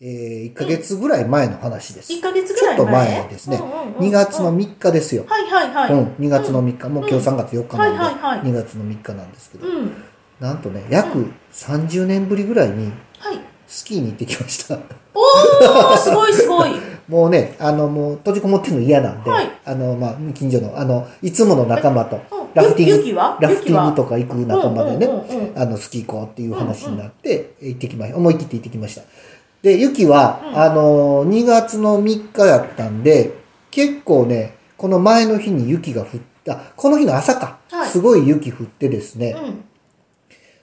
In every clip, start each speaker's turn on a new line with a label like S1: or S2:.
S1: えー、1ヶ月ぐらい前の話です。
S2: 1ヶ月ぐらい前
S1: ちょっと前ですね。2月の
S2: 3
S1: 3日ですよ。
S2: はいはいはい。
S1: うん、2月の3日、もう今日3月4日なんで、
S2: はいはいはい
S1: 2月の3日なんですけど、
S2: うん。
S1: なんとね、約30年ぶりぐらいに
S2: はい。
S1: スキーに行ってきました。
S2: おー、すごいすごい。
S1: もうね、あの、もう閉じこもってるの嫌なんで、
S2: はい
S1: あの、まあ、近所の、あの、いつもの仲間と、ラフティング
S2: ゆきは
S1: ラフティングと
S2: か
S1: か行く仲間でね、
S2: うんうんうんうん
S1: あの、スキー行こうっていう話になって、行ってきました。思い切って行ってきました。で、ユキは、
S2: うん
S1: あの、2月の3日やったんで、結構ね、この前の日に雪が降った、この日の朝か、
S2: はい
S1: すごい雪降ってですね、
S2: うん。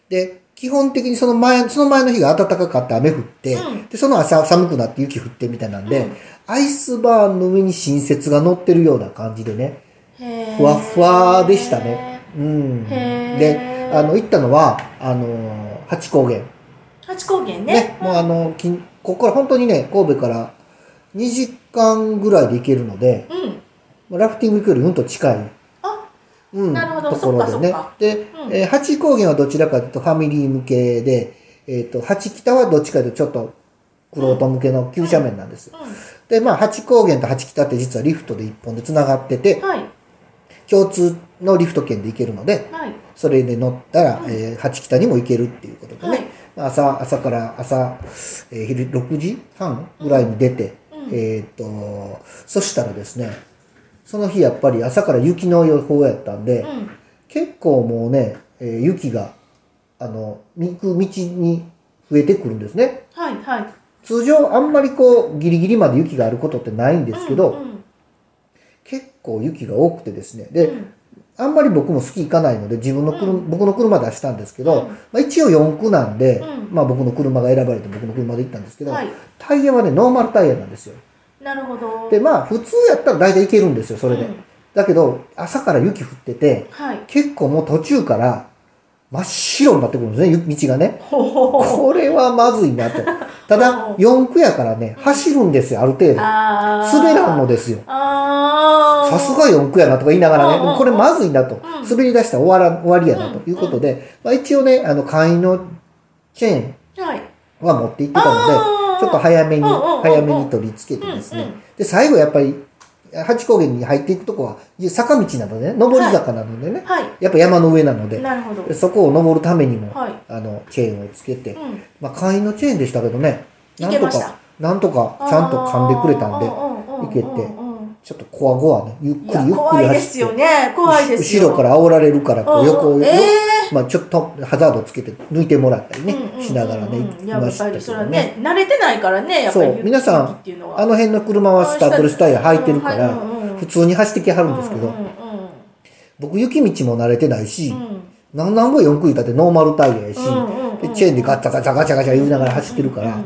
S1: で、基本的にその前、その前の日が暖かかって雨降って、
S2: うん
S1: で、その朝寒くなって雪降ってみたいなんで、
S2: うん
S1: アイスバーンの上に新雪が乗ってるような感じでね、
S2: へー
S1: ふわふわでしたね。。うん。
S2: へー
S1: で、あの、行ったのは、あのー、八高原。
S2: 八高
S1: ね。
S2: 原ね。
S1: もうあの、きここから本当にね、神戸から2時間ぐらいで行けるので、
S2: うん。
S1: ラフティング行くよりうんと近い。
S2: あ、
S1: うん、
S2: なるほど
S1: ところで
S2: そっ
S1: ね
S2: か。
S1: で、
S2: うん
S1: えー八高原はどちらかというとファミリー向けで、えっ、と、八北はどっちかというとちょっと、クロート向けの急斜面なんですよ。
S2: う
S1: で、まあ、八高原と八北って実はリフトで一本で繋がってて
S2: ん。、はい。
S1: 共通のリフト券で行けるので、
S2: はい。
S1: それで乗ったら、
S2: うん
S1: えー八北にも行けるっていうことでね、
S2: はい
S1: まあ朝、朝から朝、えー昼6時半ぐらいに出て、
S2: うん
S1: えっ、と、そしたらですね、その日やっぱり朝から雪の予報やったんで、
S2: うん。
S1: 結構もうね、えー雪が、あの、行く道に増えてくるんですね。
S2: はいはい。
S1: 通常あんまりこう、ギリギリまで雪があることってないんですけど、
S2: うんうん
S1: 結構雪が多くてですね。で、
S2: うん
S1: あんまり僕もスキー行かないので、自分の車、
S2: うん
S1: 僕の車でしたんですけど、
S2: うん
S1: まあ、一応4区なんで、
S2: うん
S1: まあ僕の車が選ばれて僕の車で行ったんですけど、
S2: はい
S1: タイヤはね、ノーマルタイヤなんですよ。
S2: なるほど。
S1: で、まあ普通やったら大体行けるんですよ、それで。
S2: うん
S1: だけど、朝から雪降ってて、
S2: はい。
S1: 結構もう途中から真っ白になってくるんですねゆ、道がね。
S2: ほほほ。
S1: これはまずいなと。ただ
S2: お、
S1: 4区やからね、走るんですよ、ある程度。
S2: あー
S1: 滑らんのですよ。
S2: あー
S1: さすが4区やなとか言いながらね、
S2: うんうんうん
S1: もうこれまずいなと、
S2: ん
S1: 滑り出したら終わらん終わりやな
S2: うん
S1: ということで、まあ、一応ね、あの簡易のチェーン
S2: はい。
S1: は持って行ってたので、
S2: あー
S1: ちょっと早めに、
S2: うんうんうんうん
S1: 早めに取り付けてですね、
S2: うんうん
S1: で最後やっぱり、八高原に入っていくとこは、坂道なのでね、上り坂なのでね、
S2: は
S1: やっぱ山の上なの
S2: い。
S1: で、
S2: なるほど。
S1: そこを登るためにも、
S2: はい
S1: あのチェーンをつけて、
S2: うん。
S1: まあ、簡易のチェーンでしたけどね、なんと
S2: いけました
S1: か、なんとかちゃんと噛んでくれたんで、
S2: い
S1: いけてちょっとこわごわね、ゆっく
S2: い
S1: りゆっ
S2: や
S1: くり
S2: 怖いで
S1: 走
S2: す
S1: って
S2: よ。ね怖いですよ
S1: 後ろから煽られるから、こう横を、
S2: うんうんえ
S1: まあちょっとハザードつけて抜いてもらったりね、しながらね、
S2: うんうんうんいややっぱ
S1: け
S2: りそれ
S1: ど
S2: はね慣れてないからねやっぱり
S1: そう皆さん
S2: 雪っていうのは
S1: あの辺の車はスタッドレスタイヤ履いてるから、
S2: うんうんうん
S1: 普通に走ってきはるんですけど、
S2: うんうんうん
S1: 僕雪道も慣れてないし、
S2: うん
S1: なんなんぼ四駆言ったってノーマルタイヤやし、
S2: うんうんうん
S1: でチェーンでガチャガチャガチャガチャ言いながら走ってるから、
S2: うんうん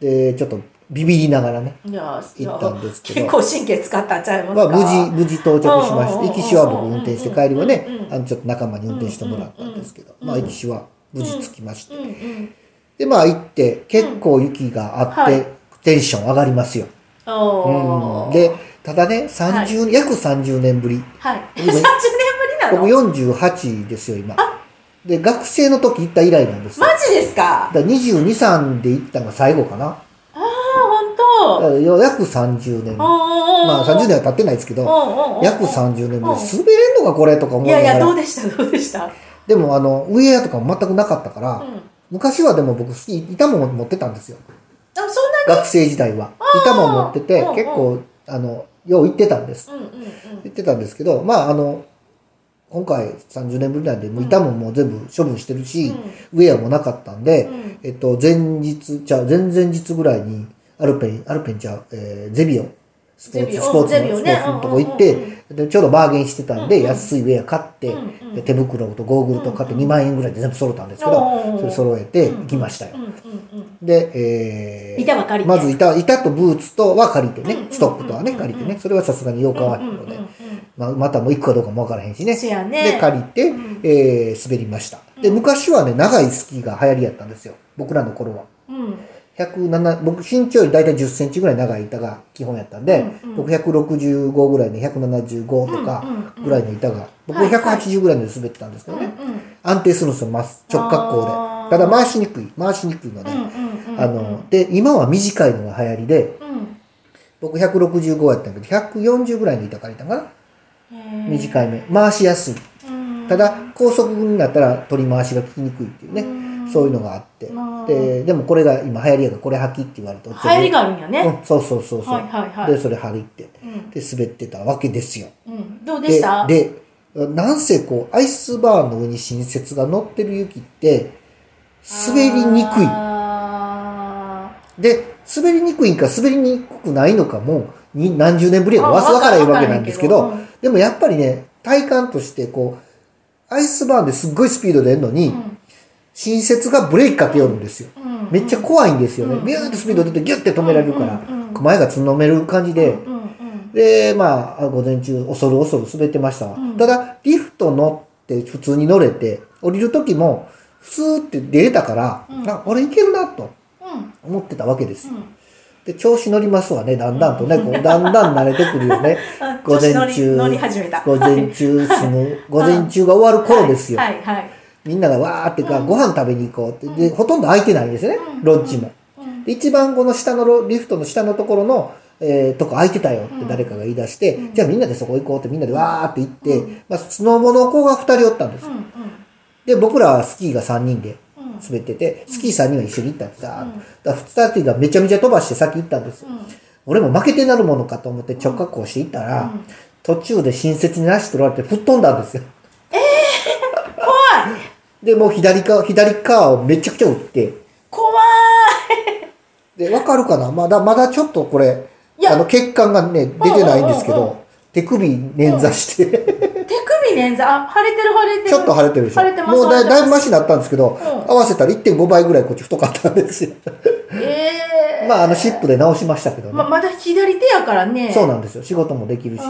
S1: で、ちょっとビビりながらね、
S2: うんいやいや
S1: 行ったんですけど
S2: 結構神経使ったんちゃいます
S1: まあ、
S2: か
S1: 無事、無事到着しまし
S2: うんうんうんう
S1: て、
S2: ん
S1: 行きしは僕運転して、帰りはね
S2: うんうんう、ん
S1: あの、ちょっと仲間に運転してもらったんですけど、
S2: うん
S1: まあ、行きしは無事着きまして
S2: うん。うん
S1: で、まあ、行って、結構雪があっ
S2: うんは
S1: て、テンション上がりますよ。
S2: お
S1: う
S2: ー
S1: んで、ただね、30、約30年ぶり。
S2: はい
S1: 僕
S2: 30年ぶりな
S1: 僕
S2: の
S1: 48ですよ、今。で、学生の時行った以来なんですよ
S2: マ。ジですか
S1: だから22、3で行ったのが最後かな。だか
S2: ああ本当
S1: ら約30年。ま
S2: ま
S1: あ、30年は経ってないですけど、約30年ぶり。滑れんのか、これとか思
S2: い
S1: いな
S2: や
S1: がら
S2: いや。どうでしたどうでした
S1: でもあの、ウェアとかも全くなかったから、
S2: うん
S1: 昔はでも僕好き、板も持ってたんですよ。
S2: あそんなに
S1: 学生時代は。板も持ってて
S2: うんうん、
S1: 結構、あの、よう行ってたんです。
S2: うんうんうん
S1: 行ってたんですけど、まああの、今回30年ぶりなんで、もう板ももう全部処分してるし、ウェアもなかったんで、
S2: うん
S1: えっと、前日、じゃあ前々日ぐらいに、アルペン、アルペンちゃう、えーゼビオ。スポー
S2: ゼビ
S1: ツ、
S2: オ
S1: スポーツ
S2: ゼビ
S1: の、
S2: オ
S1: スポ
S2: ね
S1: ーツのとこ行って、
S2: うんうん
S1: で、ちょうどバーゲンしてたんで、
S2: うんうん
S1: 安いウェア買って、
S2: うんうん
S1: で手袋とゴーグルと買って
S2: うんうん
S1: 2万円ぐらいで全部揃ったんですけ
S2: お
S1: ど、
S2: ー
S1: それ揃えて行きましたよ
S2: う。んうん
S1: で、えー、
S2: 板は借りて
S1: まず板、板とブーツとは借りてね、
S2: うんうんうん
S1: ストックとはね、借りてね、それはさすがに8日
S2: うん
S1: はあ
S2: うん
S1: るの
S2: うんう
S1: で、
S2: ん
S1: まあ、またもう行くかどうかもわからへんしね。
S2: せやね
S1: で、借りて、
S2: うん
S1: えー滑りました。で、
S2: うん
S1: 昔はね、長いスキーが流行りやったんですよ。僕らの頃は。
S2: うん
S1: 107僕、身長より大体10センチぐらい長い板が基本やったんで、
S2: うんうん
S1: 僕165ぐらいの175とかぐらいの板が、僕は180ぐらいので滑ってたんですけどね。
S2: うんうん
S1: 安定するんですよ、まっ直角
S2: あ
S1: 行
S2: ー
S1: で。ただ回しにくい。回しにくいので。
S2: うんうんうんうんうん
S1: あの、で、今は短いのが流行りで、
S2: うん
S1: 僕165やったんやけど、140ぐらいの板借りたんかな
S2: へー
S1: 短い目。回しやすい。
S2: うん
S1: ただ、高速になったら取り回しが効きにくいっていうね、
S2: うん
S1: そういうのがあって
S2: うん。
S1: で、でもこれが今流行りやから、これ履きって言われて。
S2: 流行りがあるんやね、
S1: うん、そうそうそうそう。
S2: はいはいはい
S1: で、それ履いて。
S2: うん
S1: で、滑ってたわけですよ。
S2: うん、どうでした
S1: ででなんせこうアイスバーンの上に新雪が乗ってる雪って滑りにくい
S2: あ
S1: で滑りにくいんか滑りにくくないのかもに何十年ぶりやかわすわからいわけなんですけ
S2: わ
S1: ど
S2: からんけ
S1: でもやっぱりね体感としてこうアイスバーンですっごいスピード出るのに、
S2: ーうん
S1: 新雪がブレーキかけよるんですよ
S2: うん
S1: めっちゃ怖いんですよね
S2: うん
S1: ビューってスピード出てギュッて止められるから
S2: うんうんうん
S1: 前がつんのめる感じで
S2: うんうん
S1: で、まあ、午前中、恐る恐る滑ってましたわ。
S2: うん
S1: ただ、リフト乗って、普通に乗れて、降りる時も、ふスーって出れたから、
S2: うん
S1: あ、俺いけるな、と
S2: うん
S1: 思ってたわけです。
S2: うん
S1: で、調子乗りますわね、だんだんとね、こうだんだん慣れてくるよね
S2: あ。
S1: 午前
S2: 調子乗
S1: 中、
S2: り乗り始めた
S1: 午前 中、すぐ、午前中が終わる頃ですよ。
S2: はいはいはい
S1: みんながわーってか、
S2: うん
S1: ご飯食べに行こうって。で、
S2: うん
S1: ほとんど空いてないんですよね
S2: うん、
S1: ロッジも。
S2: うん
S1: で一番この下のロリフトの下のところの、えーとこ空いてたよって誰かが言い出して、
S2: うん
S1: じゃあみんなでそこ行こうってみんなでわーって行って、
S2: うん
S1: まあ、スノボの子が2人おったんです、
S2: うん
S1: で僕らはスキーが3人で
S2: うんうん
S1: 滑っててスキー3人は一緒に行ったんですだ
S2: うん
S1: から2人がめちゃめちゃ飛ばして先行ったんです、
S2: うん
S1: 俺も負けてなるものかと思って直下校していったら、
S2: うん
S1: 途中で親切に足取られて吹っ飛んだんですよ
S2: 怖い
S1: でもう左側左側をめちゃくちゃ打って
S2: 怖
S1: で、わかるかなまだ、まだちょっとこれ
S2: い、や
S1: あの、血管がね、出てないんですけ
S2: うんうんうん
S1: ど、手首捻挫して、
S2: い手首捻挫あ腫れてる腫れてる
S1: ちょっと腫れてるでしょ。
S2: 腫れてます
S1: もうだい
S2: 腫れてます
S1: だいぶマシになったんですけど、
S2: ん
S1: 合わせたら1.5倍ぐらいこっち太かったんですよ。
S2: ええ
S1: まあ、あの、シップで直しましたけど
S2: ま
S1: ね。
S2: まだ左手やからね
S1: そう
S2: う
S1: なんですよ。仕事もできるしね。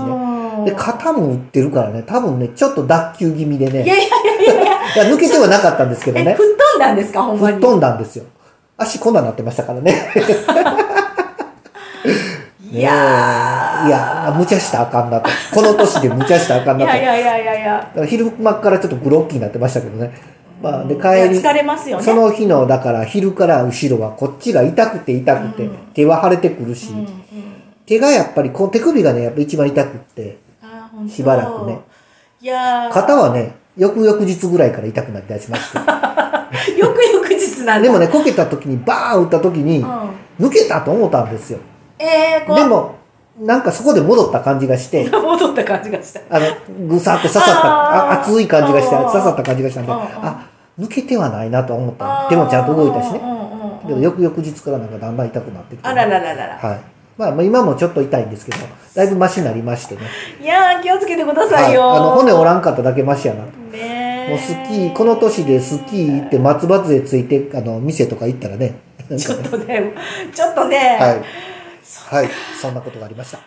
S2: ん
S1: で、肩も打ってるからね、多分ね、ちょっと脱臼気味で
S2: いや
S1: ね、
S2: いやいやいやいや
S1: いや抜けてはなかったんですけど
S2: え、
S1: ね、
S2: 吹っ飛んだんですか、ほんま
S1: 吹
S2: に。
S1: っ飛んだんですよ。足こんなんなってましたからね。ね
S2: いや
S1: えいやー、無茶したらあかんなと。この年で無茶したらあかん
S2: ー。い
S1: なと
S2: やい。やいやいやいや。
S1: だから昼間からちょっとグロッキーになってましたけどね。まあ、で、
S2: いや
S1: 帰り、
S2: 疲れますよね。
S1: その日の、だから昼から後ろはこっちが痛くて痛くて、
S2: うん
S1: 手は腫れてくるし、
S2: うんうん
S1: 手がやっぱり、この手首がね、やっぱ一番痛くって、
S2: あーほんと
S1: しばらくね。
S2: いやー
S1: 肩はね、翌々日ぐらいから痛くなりだしました。
S2: よく翌日なんだ。
S1: でもね、こけた時に、バーン打った時に
S2: う、ん。
S1: 抜けたと思ったんですよ。
S2: えー、こう、
S1: でも、なんかそこで戻った感じがして、
S2: 戻った感じがした。
S1: あの、ぐさって刺さった、
S2: あー
S1: あ熱い感じがして、
S2: うんうん
S1: 刺さった感じがしたんで、
S2: うんうん
S1: あ、抜けてはないなとは思った
S2: あ
S1: の。
S2: ー
S1: でもちゃんと動いたしね
S2: う。んうんうん
S1: けど、翌々日からなんかだんだん痛くなってきて。
S2: あららららら。
S1: はい。まあ、まあ今もちょっと痛いんですけど、だいぶマシになりましてね。
S2: いやー、気をつけてくだ
S1: は
S2: さい
S1: い。
S2: よ。
S1: あの、骨折らんかっただけマシやなと。
S2: ねー
S1: もうスキー、この年でスキー行って松葉杖ついて、あの、店とか行ったらね。
S2: ちょっとね、ちょっとね。
S1: はい。はい。そんなことがありました。